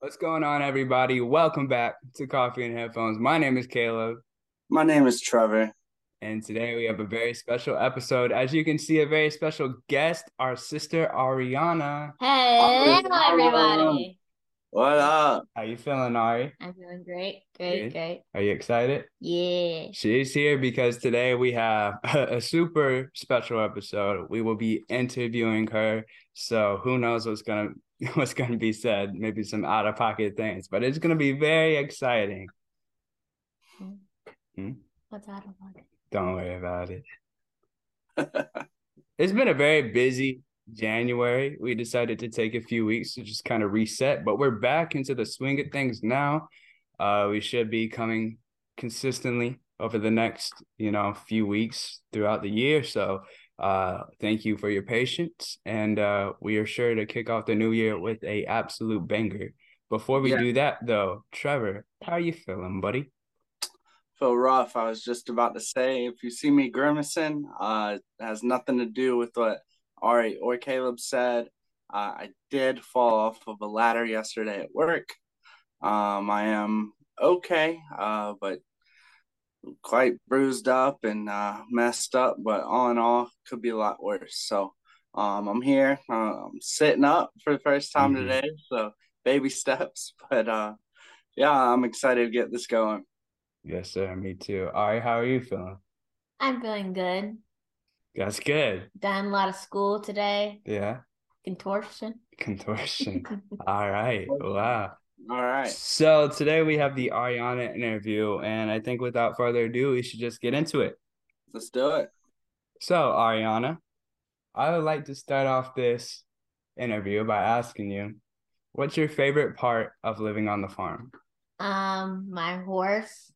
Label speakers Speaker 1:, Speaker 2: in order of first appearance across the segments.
Speaker 1: What's going on, everybody? Welcome back to Coffee and Headphones. My name is Caleb,
Speaker 2: My name is Trevor.
Speaker 1: and today we have a very special episode. As you can see, a very special guest, our sister Ariana.
Speaker 2: Oh,
Speaker 3: Hello, everybody.
Speaker 2: What up?
Speaker 1: How you feeling, Ari?
Speaker 3: I'm doing great, great,
Speaker 1: Good.
Speaker 3: great.
Speaker 1: Are you excited?
Speaker 3: Yeah.
Speaker 1: She's here because today we have a, super special episode. We will be interviewing her, so who knows what's gonna what's gonna be said? Maybe some out of pocket things, but it's gonna be very exciting.
Speaker 3: What's out of order?
Speaker 1: Don't worry about it. it's been a very busy January. We decided to take a few weeks to just kind of reset, but we're back into the swing of things now. Uh, we should be coming consistently over the next, you know, few weeks throughout the year. So, uh, thank you for your patience, and uh, we are sure to kick off the new year with a absolute banger. Before we
Speaker 2: Yeah.
Speaker 1: do that, though, Trevor, how you feeling, buddy?
Speaker 2: Feel rough. I was just about to say, if you see me grimacing, uh, it has nothing to do with what Ari or Caleb said. Uh, I did fall off of a ladder yesterday at work. Um, I am okay, uh, but quite bruised up and uh, messed up. But all in all, could be a lot worse. So um, I'm here. Uh, I'm sitting up for the first time
Speaker 1: Mhm.
Speaker 2: today. So baby steps. But uh, yeah, I'm excited to get this going.
Speaker 1: Yes, sir. Me too. All right, how are you feeling?
Speaker 3: I'm feeling good.
Speaker 1: That's good.
Speaker 3: Done a lot of school today.
Speaker 1: Yeah.
Speaker 3: Contortion.
Speaker 1: Contortion. All right. Wow.
Speaker 2: All right.
Speaker 1: So today we have the Ariana interview, and I think without further ado, we should just get into it.
Speaker 2: Let's do it.
Speaker 1: So, Ariana, I would like to start off this interview by asking you, what's your favorite part of living on the farm?
Speaker 3: um, my horse,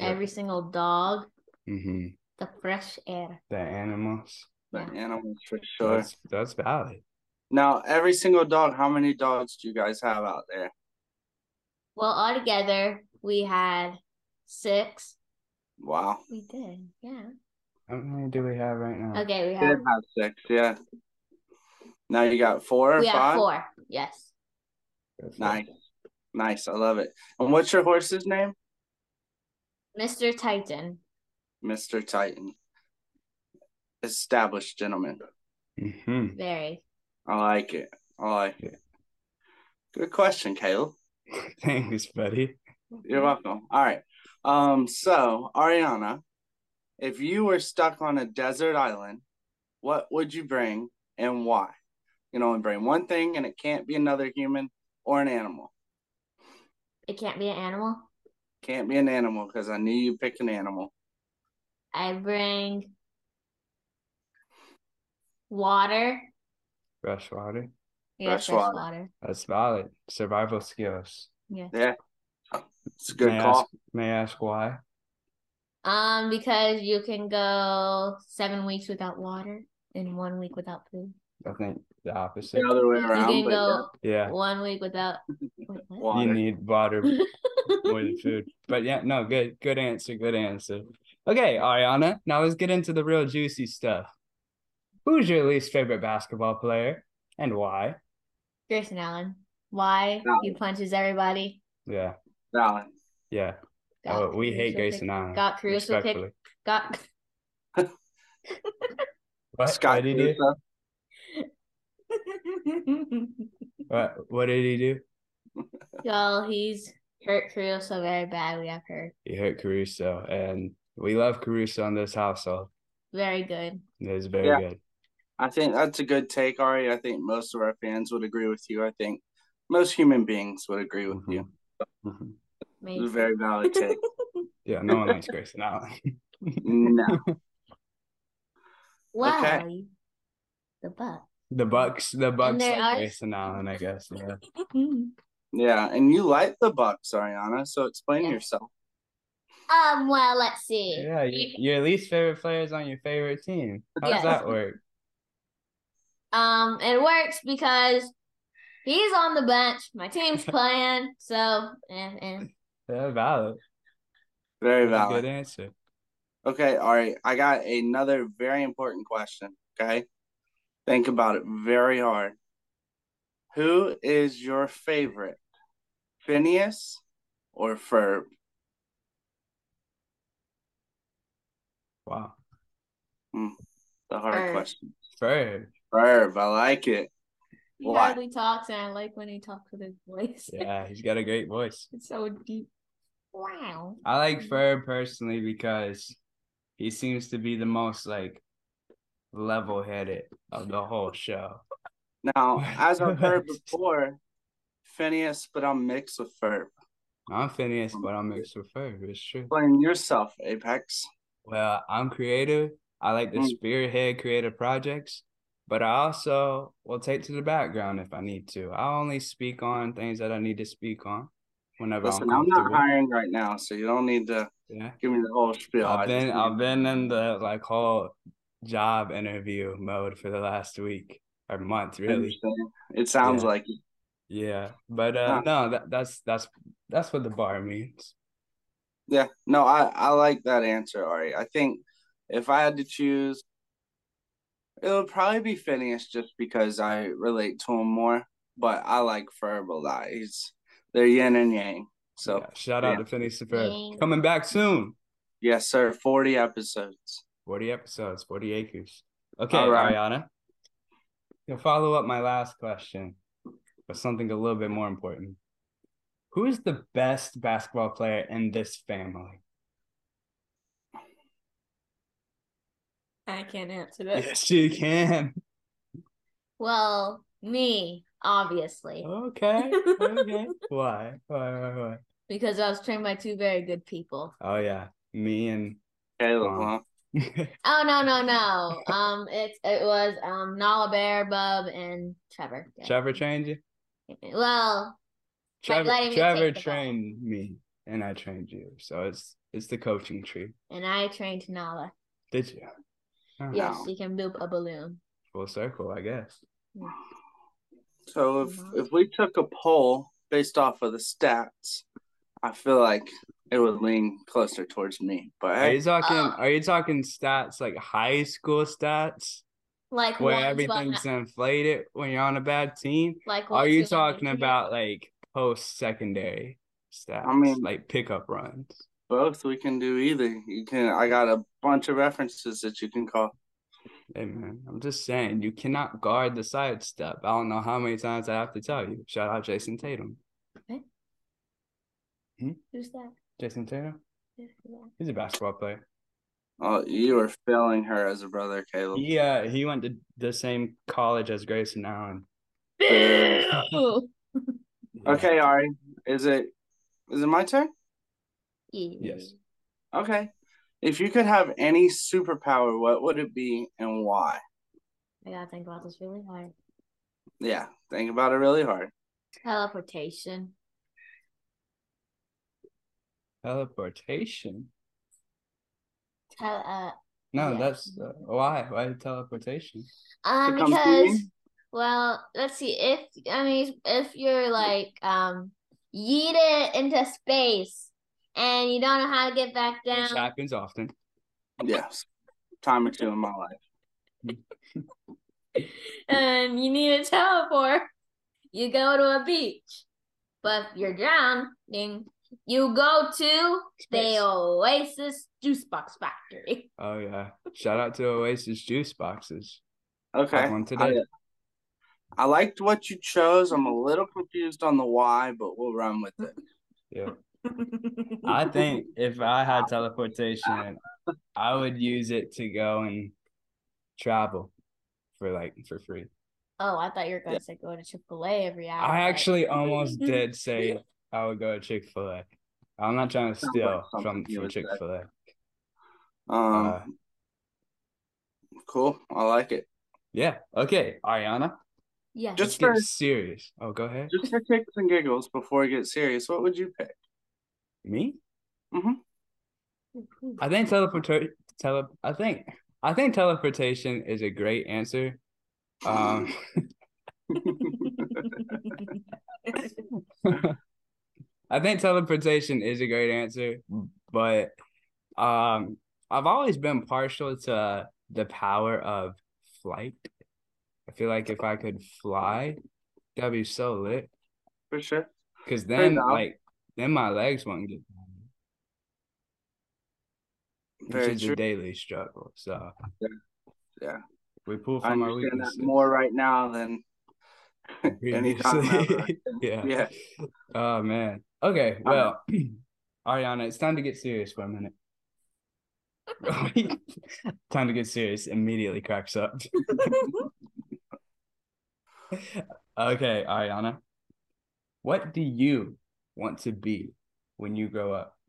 Speaker 3: every single dog,
Speaker 1: Mm-hmm.
Speaker 3: the fresh air.
Speaker 1: The animals.
Speaker 2: The
Speaker 3: Yeah.
Speaker 2: animals for sure.
Speaker 1: That's that's valid.
Speaker 2: Now, every single dog, how many dogs do you guys have out there?
Speaker 3: Well, all together we had six.
Speaker 2: Wow.
Speaker 3: We did, yeah.
Speaker 1: How many do we have right now?
Speaker 3: Okay, we
Speaker 2: Did
Speaker 3: have
Speaker 2: have six, yeah. Now you got four or
Speaker 3: we have
Speaker 2: five?
Speaker 3: four. Yes,
Speaker 1: Perfect.
Speaker 2: Nice. Nice. I love it. And what's your horse's name?
Speaker 3: Mr. Titan.
Speaker 2: Mr. Titan. Established gentleman.
Speaker 1: Mhm.
Speaker 3: Very.
Speaker 2: I like it. I like
Speaker 1: Yeah.
Speaker 2: it. Good question, Caleb.
Speaker 1: Thanks, buddy.
Speaker 2: You're welcome. All right. Um, so Ariana, if you were stuck on a desert island, what would you bring and why? You know, and bring one thing and it can't be another human or an animal.
Speaker 3: It can't be an animal.
Speaker 2: Can't be an animal because I knew you picked an animal.
Speaker 3: I bring water.
Speaker 1: Fresh water.
Speaker 3: Yeah,
Speaker 2: Fresh
Speaker 3: fresh,
Speaker 2: water.
Speaker 3: water.
Speaker 1: That's valid. Survival skills.
Speaker 3: Yeah.
Speaker 2: It's a good
Speaker 1: may I
Speaker 2: call.
Speaker 1: ask- may I ask why?
Speaker 3: Um, because you can go seven weeks without water and one week without food.
Speaker 1: I think the opposite.
Speaker 2: The other way
Speaker 3: You
Speaker 2: around.
Speaker 3: can
Speaker 2: but yeah,
Speaker 3: go
Speaker 1: Yeah,
Speaker 3: one week without. Wait, what?
Speaker 1: you
Speaker 2: water.
Speaker 1: need water more than food. But yeah, no, good, good answer, good answer. Okay, Ariana, now let's get into the real juicy stuff. Who's your least favorite basketball player and why?
Speaker 3: Grayson Allen. Why
Speaker 2: Got
Speaker 3: he punches everybody?
Speaker 1: Yeah,
Speaker 2: Valid.
Speaker 1: yeah. Oh, we hate
Speaker 3: crucial
Speaker 1: Grayson Allen.
Speaker 3: Pick, got crucial pick.
Speaker 1: respectfully.
Speaker 3: Got
Speaker 1: What,
Speaker 2: Scott
Speaker 1: what did he do?
Speaker 2: Russo.
Speaker 1: What, what did he do?
Speaker 3: y'all. He's hurt Caruso very bad. We have heard
Speaker 1: He hurt Caruso, and we love Caruso in this household.
Speaker 3: very good.
Speaker 1: It's very
Speaker 2: Yeah.
Speaker 1: good.
Speaker 2: I think that's a good take, Ari. I think most of our fans would agree with you. I think most human beings would agree with you.
Speaker 1: Mhm,
Speaker 2: Mm-hmm.
Speaker 1: mhm.
Speaker 2: It's a
Speaker 3: Amazing.
Speaker 2: very valid take.
Speaker 1: Yeah, no one likes Grayson Allen.
Speaker 2: no.
Speaker 3: Wow,
Speaker 2: Okay.
Speaker 3: you- the butt.
Speaker 1: The Bucks, the Bucks
Speaker 3: their
Speaker 1: like
Speaker 3: eyes-
Speaker 1: Grayson Allen, I guess. Yeah. Mm-hmm.
Speaker 2: Yeah, and you like the Bucks, Ariana. So explain
Speaker 3: Yes.
Speaker 2: yourself.
Speaker 3: Um. Well, let's see.
Speaker 1: Yeah, your, your least favorite players on your favorite team. How does
Speaker 3: Yes.
Speaker 1: that work?
Speaker 3: Um, it works because he's on the bench. My team's playing, so and and
Speaker 1: Yeah, valid.
Speaker 2: Very
Speaker 1: That's a
Speaker 2: valid.
Speaker 1: good answer.
Speaker 2: Okay, Ari, I got another very important question. Okay, think about it very hard. Who is your favorite Phineas or Ferb?
Speaker 1: Wow.
Speaker 2: The Hmm, hard
Speaker 3: Ferb.
Speaker 2: question.
Speaker 1: Ferb.
Speaker 2: Ferb, I like it.
Speaker 3: He
Speaker 2: Why?
Speaker 3: hardly talks, and I like when he talks with his voice.
Speaker 1: Yeah, he's got a great voice.
Speaker 3: It's so deep. Wow.
Speaker 1: I like Ferb personally because he seems to be the most like level headed of the whole show.
Speaker 2: Now, as I've heard before, Phineas, but I'm mixed with Ferb.
Speaker 1: I'm Phineas, but I'm mixed with Ferb. It's true.
Speaker 2: Blame yourself, Apex.
Speaker 1: Well, I'm creative. I like to
Speaker 2: Mm.
Speaker 1: spearhead creative projects, but I also will take to the background if I need to. I only speak on things that I need to speak on whenever
Speaker 2: Listen,
Speaker 1: I'm
Speaker 2: I'm
Speaker 1: comfortable.
Speaker 2: not hiring right now, so you don't need to
Speaker 1: yeah.
Speaker 2: give me the whole spiel. I
Speaker 1: I've
Speaker 2: just
Speaker 1: been
Speaker 2: need-
Speaker 1: I've been in the like whole job interview mode for the last week or month really.
Speaker 2: Understand. It sounds
Speaker 1: Yeah.
Speaker 2: like it.
Speaker 1: Yeah. But uh
Speaker 2: Huh.
Speaker 1: no, that, that's that's that's what the bar means.
Speaker 2: Yeah, no, I I like that answer, Ari. I think if I had to choose, it would probably be Phineas just because I relate to him more. But I like Ferb a lot. He's they're yin and yang. So
Speaker 1: Yeah, shout out
Speaker 2: yeah.
Speaker 1: to Phineas and Ferb.
Speaker 3: Dang.
Speaker 1: Coming back soon.
Speaker 2: yes, sir. Forty episodes.
Speaker 1: 40 episodes, 40 acres. Okay,
Speaker 2: All right.
Speaker 1: Ariana. You'll follow up my last question with something a little bit more important. Who is the best basketball player in this family?
Speaker 3: I can't answer that.
Speaker 1: Yes, you can.
Speaker 3: Well, me, obviously,
Speaker 1: Oh. Okay. Okay. Why? Why? Why? Why?
Speaker 3: because I was trained by two very good people.
Speaker 1: Oh yeah, me and
Speaker 2: Caleb,
Speaker 1: Wow.
Speaker 2: huh?
Speaker 3: Oh no, no, no. Um, it it was um Nala Bear, Bub, and Trevor. Yeah.
Speaker 1: Trevor trained you.
Speaker 3: Well,
Speaker 1: Trevor,
Speaker 3: letting me
Speaker 1: Trevor
Speaker 3: take the ball.
Speaker 1: trained me, and I trained you. So it's it's the coaching tree.
Speaker 3: and I trained Nala.
Speaker 1: Did you? Oh,
Speaker 3: Yes,
Speaker 2: Wow.
Speaker 3: she can boop a balloon.
Speaker 1: Full circle, I guess.
Speaker 2: So if if we took a poll based off of the stats, I feel like it would lean closer towards me. But
Speaker 1: Are
Speaker 2: hey,
Speaker 1: you talking?
Speaker 3: Oh.
Speaker 1: Are you talking stats like high school stats
Speaker 3: Like
Speaker 1: where
Speaker 3: one's one-
Speaker 1: everything's inflated when you're on a bad team?
Speaker 3: like
Speaker 1: Or Are
Speaker 3: one's
Speaker 1: you
Speaker 3: one-
Speaker 1: talking about like post secondary stats,
Speaker 2: mean-
Speaker 1: like pickup runs?
Speaker 2: both we can do either. You can. I got a bunch of references that you can call.
Speaker 1: Hey man, I'm just saying you cannot guard the sidestep. I don't know how many times I have to tell you. Shout out Jason Tatum.
Speaker 3: Who's that?
Speaker 1: Jason Tatum,
Speaker 3: Who's that?
Speaker 1: he's a basketball player.
Speaker 2: Oh, you are failing her as a brother, Caleb.
Speaker 1: He uh he went to the same college as Grayson Allen.
Speaker 3: Boo!
Speaker 1: Yeah.
Speaker 2: Okay, Ari, is it is it my turn?
Speaker 1: Yes.
Speaker 2: Okay. If you could have any superpower, what would it be and why?
Speaker 3: I gotta think about this really hard.
Speaker 2: Yeah, think about it really hard.
Speaker 3: Teleportation.
Speaker 1: Teleportation.
Speaker 3: Tele- uh,
Speaker 1: No,
Speaker 3: Yeah.
Speaker 1: that's uh, why why teleportation?
Speaker 3: Um,
Speaker 2: To come see
Speaker 3: because
Speaker 2: me?
Speaker 3: well, let's see. If I mean, if you're like um, yeet it into space, and you don't know how to get back
Speaker 1: Which
Speaker 3: down,
Speaker 1: happens often.
Speaker 2: Yes. Time or two in my life.
Speaker 3: and Um, you need a teleport, you go to a beach. But if you're drowning, you go to
Speaker 1: Space.
Speaker 3: the Oasis Juice Box Factory.
Speaker 1: Oh yeah. Shout out to Oasis juice boxes.
Speaker 2: Okay.
Speaker 1: Have one today.
Speaker 2: I, I liked what you chose. I'm a little confused on the why, but we'll run with it.
Speaker 1: Yeah. I think if I had teleportation, I would use it to go and travel for like for free.
Speaker 3: Oh, I thought you were going to say go to Chick Fil A every hour.
Speaker 1: I
Speaker 3: but-
Speaker 1: actually almost did say I would go to Chick Fil A. I'm not trying to
Speaker 2: Sounds
Speaker 1: steal
Speaker 2: like
Speaker 1: from
Speaker 2: something you
Speaker 1: from
Speaker 2: would say.
Speaker 1: Chick Fil A.
Speaker 2: Um
Speaker 1: Uh,
Speaker 2: cool. I like it.
Speaker 1: yeah. Okay, Ariana.
Speaker 3: Yes.
Speaker 1: Let's
Speaker 2: Just
Speaker 1: get
Speaker 2: for-
Speaker 1: serious. Oh, go ahead.
Speaker 2: Just for kicks and giggles before we get serious, what would you pick?
Speaker 1: Me?
Speaker 2: hmm
Speaker 1: I think teleportation. Tele. I think. I think teleportation is a great answer. Um. I think teleportation is a great answer, but um, I've always been partial to the power of flight. I feel like if I could fly, that'd be so lit.
Speaker 2: For sure.
Speaker 1: Cause then
Speaker 2: enough.
Speaker 1: like then my legs won't get tired,
Speaker 2: Very
Speaker 1: which is
Speaker 2: true.
Speaker 1: a daily struggle. So
Speaker 2: Yeah. Yeah.
Speaker 1: We pull
Speaker 2: I
Speaker 1: from our
Speaker 2: understand that
Speaker 1: weaknesses.
Speaker 2: more right now than anytime uh, ever.
Speaker 1: previously. yeah.
Speaker 2: yeah.
Speaker 1: Oh man. Okay. Well, Ariana, it's time to get serious for a minute. time to get serious. Immediately cracks up. okay, Ariana. What do you want to be when you grow up?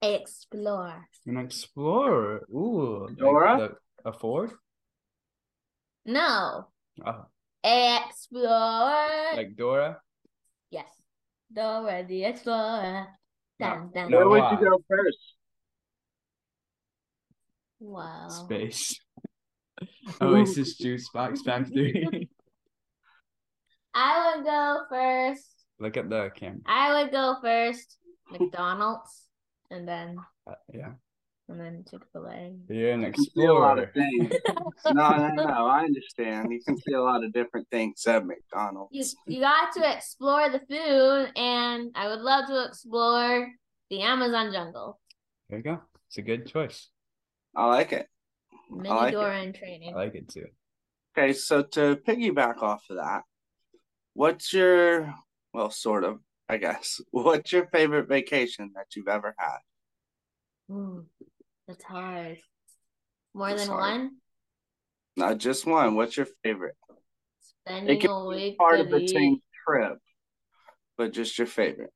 Speaker 3: Explore.
Speaker 1: An explorer. Ooh. like
Speaker 2: Dora?
Speaker 1: the- a Ford?
Speaker 3: No.
Speaker 1: Oh,
Speaker 3: Explore.
Speaker 1: like Dora?
Speaker 3: yes. Dora the Explorer. Dun, dun.
Speaker 1: No.
Speaker 2: Where would
Speaker 1: why?
Speaker 2: you go first?
Speaker 3: Wow.
Speaker 1: Space. Oasis Juice Box Factory.
Speaker 3: I would go first.
Speaker 1: Look at the camera.
Speaker 3: I would go first. McDonald's, and then
Speaker 1: Uh, yeah.
Speaker 3: and then Chick Fil A.
Speaker 1: You're an
Speaker 2: You can see a lot
Speaker 1: explorer.
Speaker 2: of things. no, no, no. I understand. You can see a lot of different things at
Speaker 3: You
Speaker 2: McDonald's.
Speaker 3: you got to explore the food, and I would love to explore the Amazon jungle.
Speaker 1: There you go. It's a good choice.
Speaker 2: I like it.
Speaker 3: Mini
Speaker 2: like it.
Speaker 3: Dora in training.
Speaker 1: I like it too.
Speaker 2: Okay, so to piggyback off of that, what's your well, sort of, I guess. What's your favorite vacation that you've ever had?
Speaker 3: Ooh, that's hard. More
Speaker 2: That's
Speaker 3: than
Speaker 2: hard.
Speaker 3: one.
Speaker 2: Not just one. What's your favorite?
Speaker 3: Spending
Speaker 2: can
Speaker 3: a week
Speaker 2: Part
Speaker 3: with
Speaker 2: of the
Speaker 3: you.
Speaker 2: same trip, but just your favorite.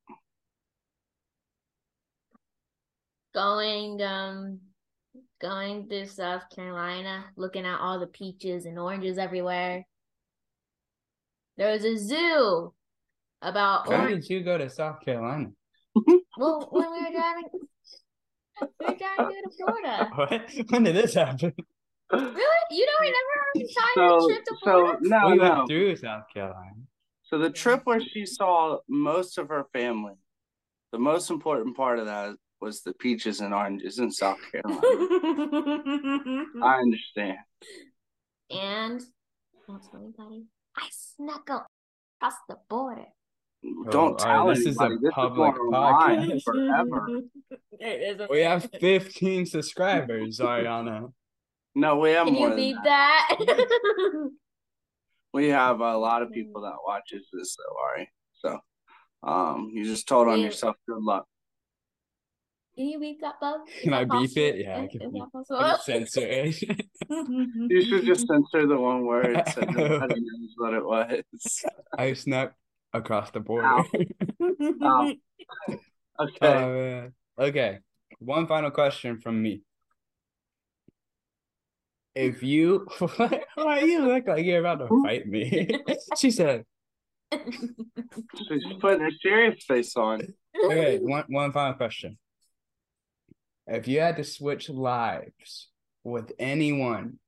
Speaker 3: going um going through South Carolina, looking at all the peaches and oranges everywhere. There was a zoo about
Speaker 1: Why
Speaker 3: orange.
Speaker 1: did you go to South Carolina?
Speaker 3: Well, when we were driving, we were driving to Florida.
Speaker 1: What? When did this happen?
Speaker 3: Really? You don't remember our entire
Speaker 2: So,
Speaker 3: trip to
Speaker 2: so
Speaker 3: Florida?
Speaker 2: no,
Speaker 1: we
Speaker 2: no.
Speaker 1: went through South Carolina.
Speaker 2: So the trip where she saw most of her family, the most important part of that was the peaches and oranges in South Carolina. I understand.
Speaker 3: and what's funny, buddy? I snuck up across the border.
Speaker 2: Don't
Speaker 1: Oh, all right,
Speaker 2: tell
Speaker 1: this is a
Speaker 2: anybody. this
Speaker 1: public
Speaker 2: is going online
Speaker 1: podcast.
Speaker 2: forever.
Speaker 3: There it is.
Speaker 1: We have 15 subscribers, Ariana.
Speaker 2: No, we have
Speaker 3: Can
Speaker 2: more
Speaker 3: you
Speaker 2: than
Speaker 3: beat
Speaker 2: that.
Speaker 3: that?
Speaker 2: We have a lot of people
Speaker 3: Mm.
Speaker 2: that watches this, though, Ari. So, um, you just told on
Speaker 3: Yeah.
Speaker 2: yourself. Good luck.
Speaker 3: Can you beat that, Bob?
Speaker 1: Can I beep it? Yeah, I
Speaker 3: Is,
Speaker 1: can
Speaker 3: is
Speaker 1: beep
Speaker 3: that
Speaker 1: I can
Speaker 3: possible?
Speaker 1: censor it.
Speaker 2: You should just censor the one word so nobody knows what it was.
Speaker 1: I snuck across the border.
Speaker 2: Ow.
Speaker 3: Oh.
Speaker 1: Oh,
Speaker 2: Okay.
Speaker 1: man. Okay. One final question from me. If you, why you look like you're about to fight me? she said,
Speaker 2: She's putting her serious face on.
Speaker 1: Okay, one one final question. If you had to switch lives with anyone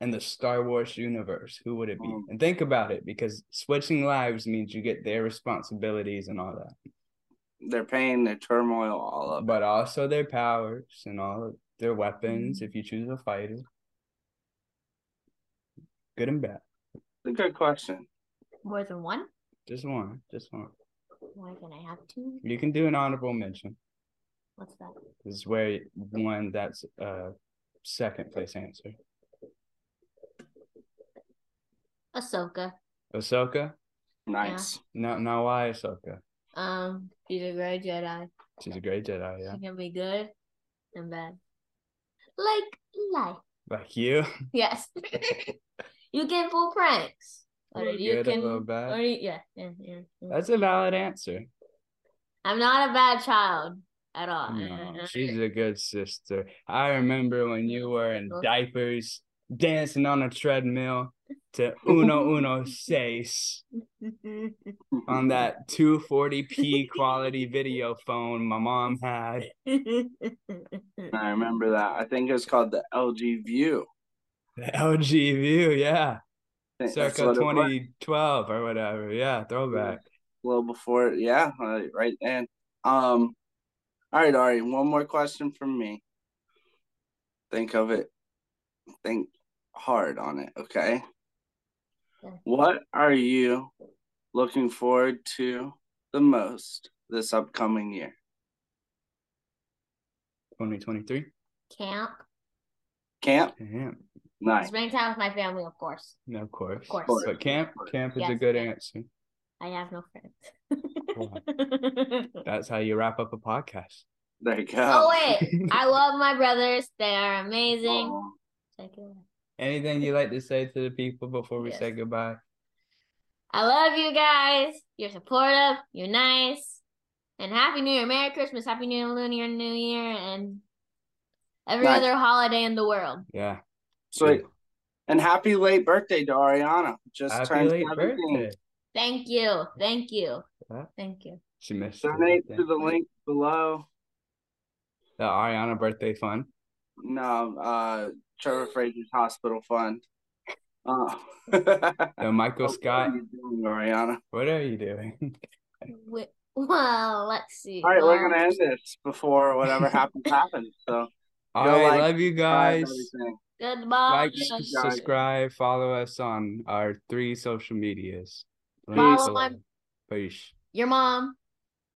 Speaker 1: in the Star Wars universe, who would it be?
Speaker 2: Mm.
Speaker 1: And think about it, because switching lives means you get their responsibilities and all that,
Speaker 2: Their pain, their turmoil, all of it.
Speaker 1: but also their powers and all of their weapons. If you choose a fighter, good and bad,
Speaker 2: It's a good question.
Speaker 3: More than one?
Speaker 1: just one, just one.
Speaker 3: Why can I have two?
Speaker 1: You can do an honorable mention.
Speaker 3: What's that?
Speaker 1: This is where one that's uh second place answer.
Speaker 3: Ahsoka.
Speaker 1: Ahsoka.
Speaker 2: Nice.
Speaker 1: No, no, why Ahsoka?
Speaker 3: Um, she's a great Jedi.
Speaker 1: She's a great Jedi, yeah.
Speaker 3: She can be good and bad. Like life.
Speaker 1: Like you,
Speaker 3: Yes. you can pull pranks. Or
Speaker 1: Little
Speaker 3: you
Speaker 1: good and
Speaker 3: can
Speaker 1: little bad.
Speaker 3: or you, yeah, yeah, yeah, yeah.
Speaker 1: that's a valid answer.
Speaker 3: I'm not a bad child at all. Uh,
Speaker 1: No,
Speaker 3: uh-huh.
Speaker 1: she's a good sister. I remember when you were in diapers, dancing on a treadmill to Uno Uno Seis
Speaker 3: uh,
Speaker 1: on that 240p quality video phone my mom had.
Speaker 3: uh.
Speaker 2: I remember that. I think it was called the LG View.
Speaker 1: The LG View, yeah,
Speaker 2: I think that's
Speaker 1: circa
Speaker 2: what it was.
Speaker 1: 2012 or whatever. Yeah, throwback.
Speaker 2: well before yeah uh, right and um all right Ari one more question from me think of it think hard on it, okay? What are you looking forward to the most this upcoming year?
Speaker 1: 2023.
Speaker 3: Camp.
Speaker 2: Camp?
Speaker 1: Camp.
Speaker 2: Nice.
Speaker 3: Springtime with my family, of course.
Speaker 1: No, of course.
Speaker 3: Of course.
Speaker 1: But camp, camp is a
Speaker 3: Yes.
Speaker 1: good answer.
Speaker 3: I have no friends.
Speaker 1: Wow. That's how you wrap up a podcast.
Speaker 2: There you go.
Speaker 3: oh wait, I love my brothers. They are amazing.
Speaker 2: Oh,
Speaker 3: Check it out.
Speaker 1: Anything you like to say to the people before we
Speaker 3: Yes.
Speaker 1: say goodbye?
Speaker 3: I love you guys. You're supportive. You're nice. And happy New Year, Merry Christmas, Happy New Year, Lunar New Year, and every
Speaker 2: Nice.
Speaker 3: other holiday in the world.
Speaker 1: Yeah.
Speaker 2: Sweet. And happy late birthday to Ariana. Just
Speaker 1: Happy
Speaker 2: turned
Speaker 1: late
Speaker 2: 17.
Speaker 1: birthday.
Speaker 3: Thank you, thank you,
Speaker 1: Yeah.
Speaker 3: thank you.
Speaker 1: She missed it, I
Speaker 2: Donate
Speaker 1: think.
Speaker 2: to the link below.
Speaker 1: the Ariana birthday fun.
Speaker 2: No, uh, Trevor Frazier's Hospital Fund. Oh. What
Speaker 1: The Michael Scott.
Speaker 2: are you doing, Ariana?
Speaker 1: What are you doing?
Speaker 3: Wait, well, let's see.
Speaker 2: All right, we're
Speaker 3: Um,
Speaker 2: gonna end this before whatever happens happens. So
Speaker 1: All
Speaker 2: Go
Speaker 1: right,
Speaker 2: like,
Speaker 1: love you
Speaker 2: bye,
Speaker 1: guys.
Speaker 2: everything.
Speaker 3: Goodbye.
Speaker 1: Like,
Speaker 2: guys.
Speaker 1: subscribe, follow us on our three social medias.
Speaker 3: Follow
Speaker 1: Peace.
Speaker 3: my-
Speaker 1: Peace.
Speaker 3: Your mom.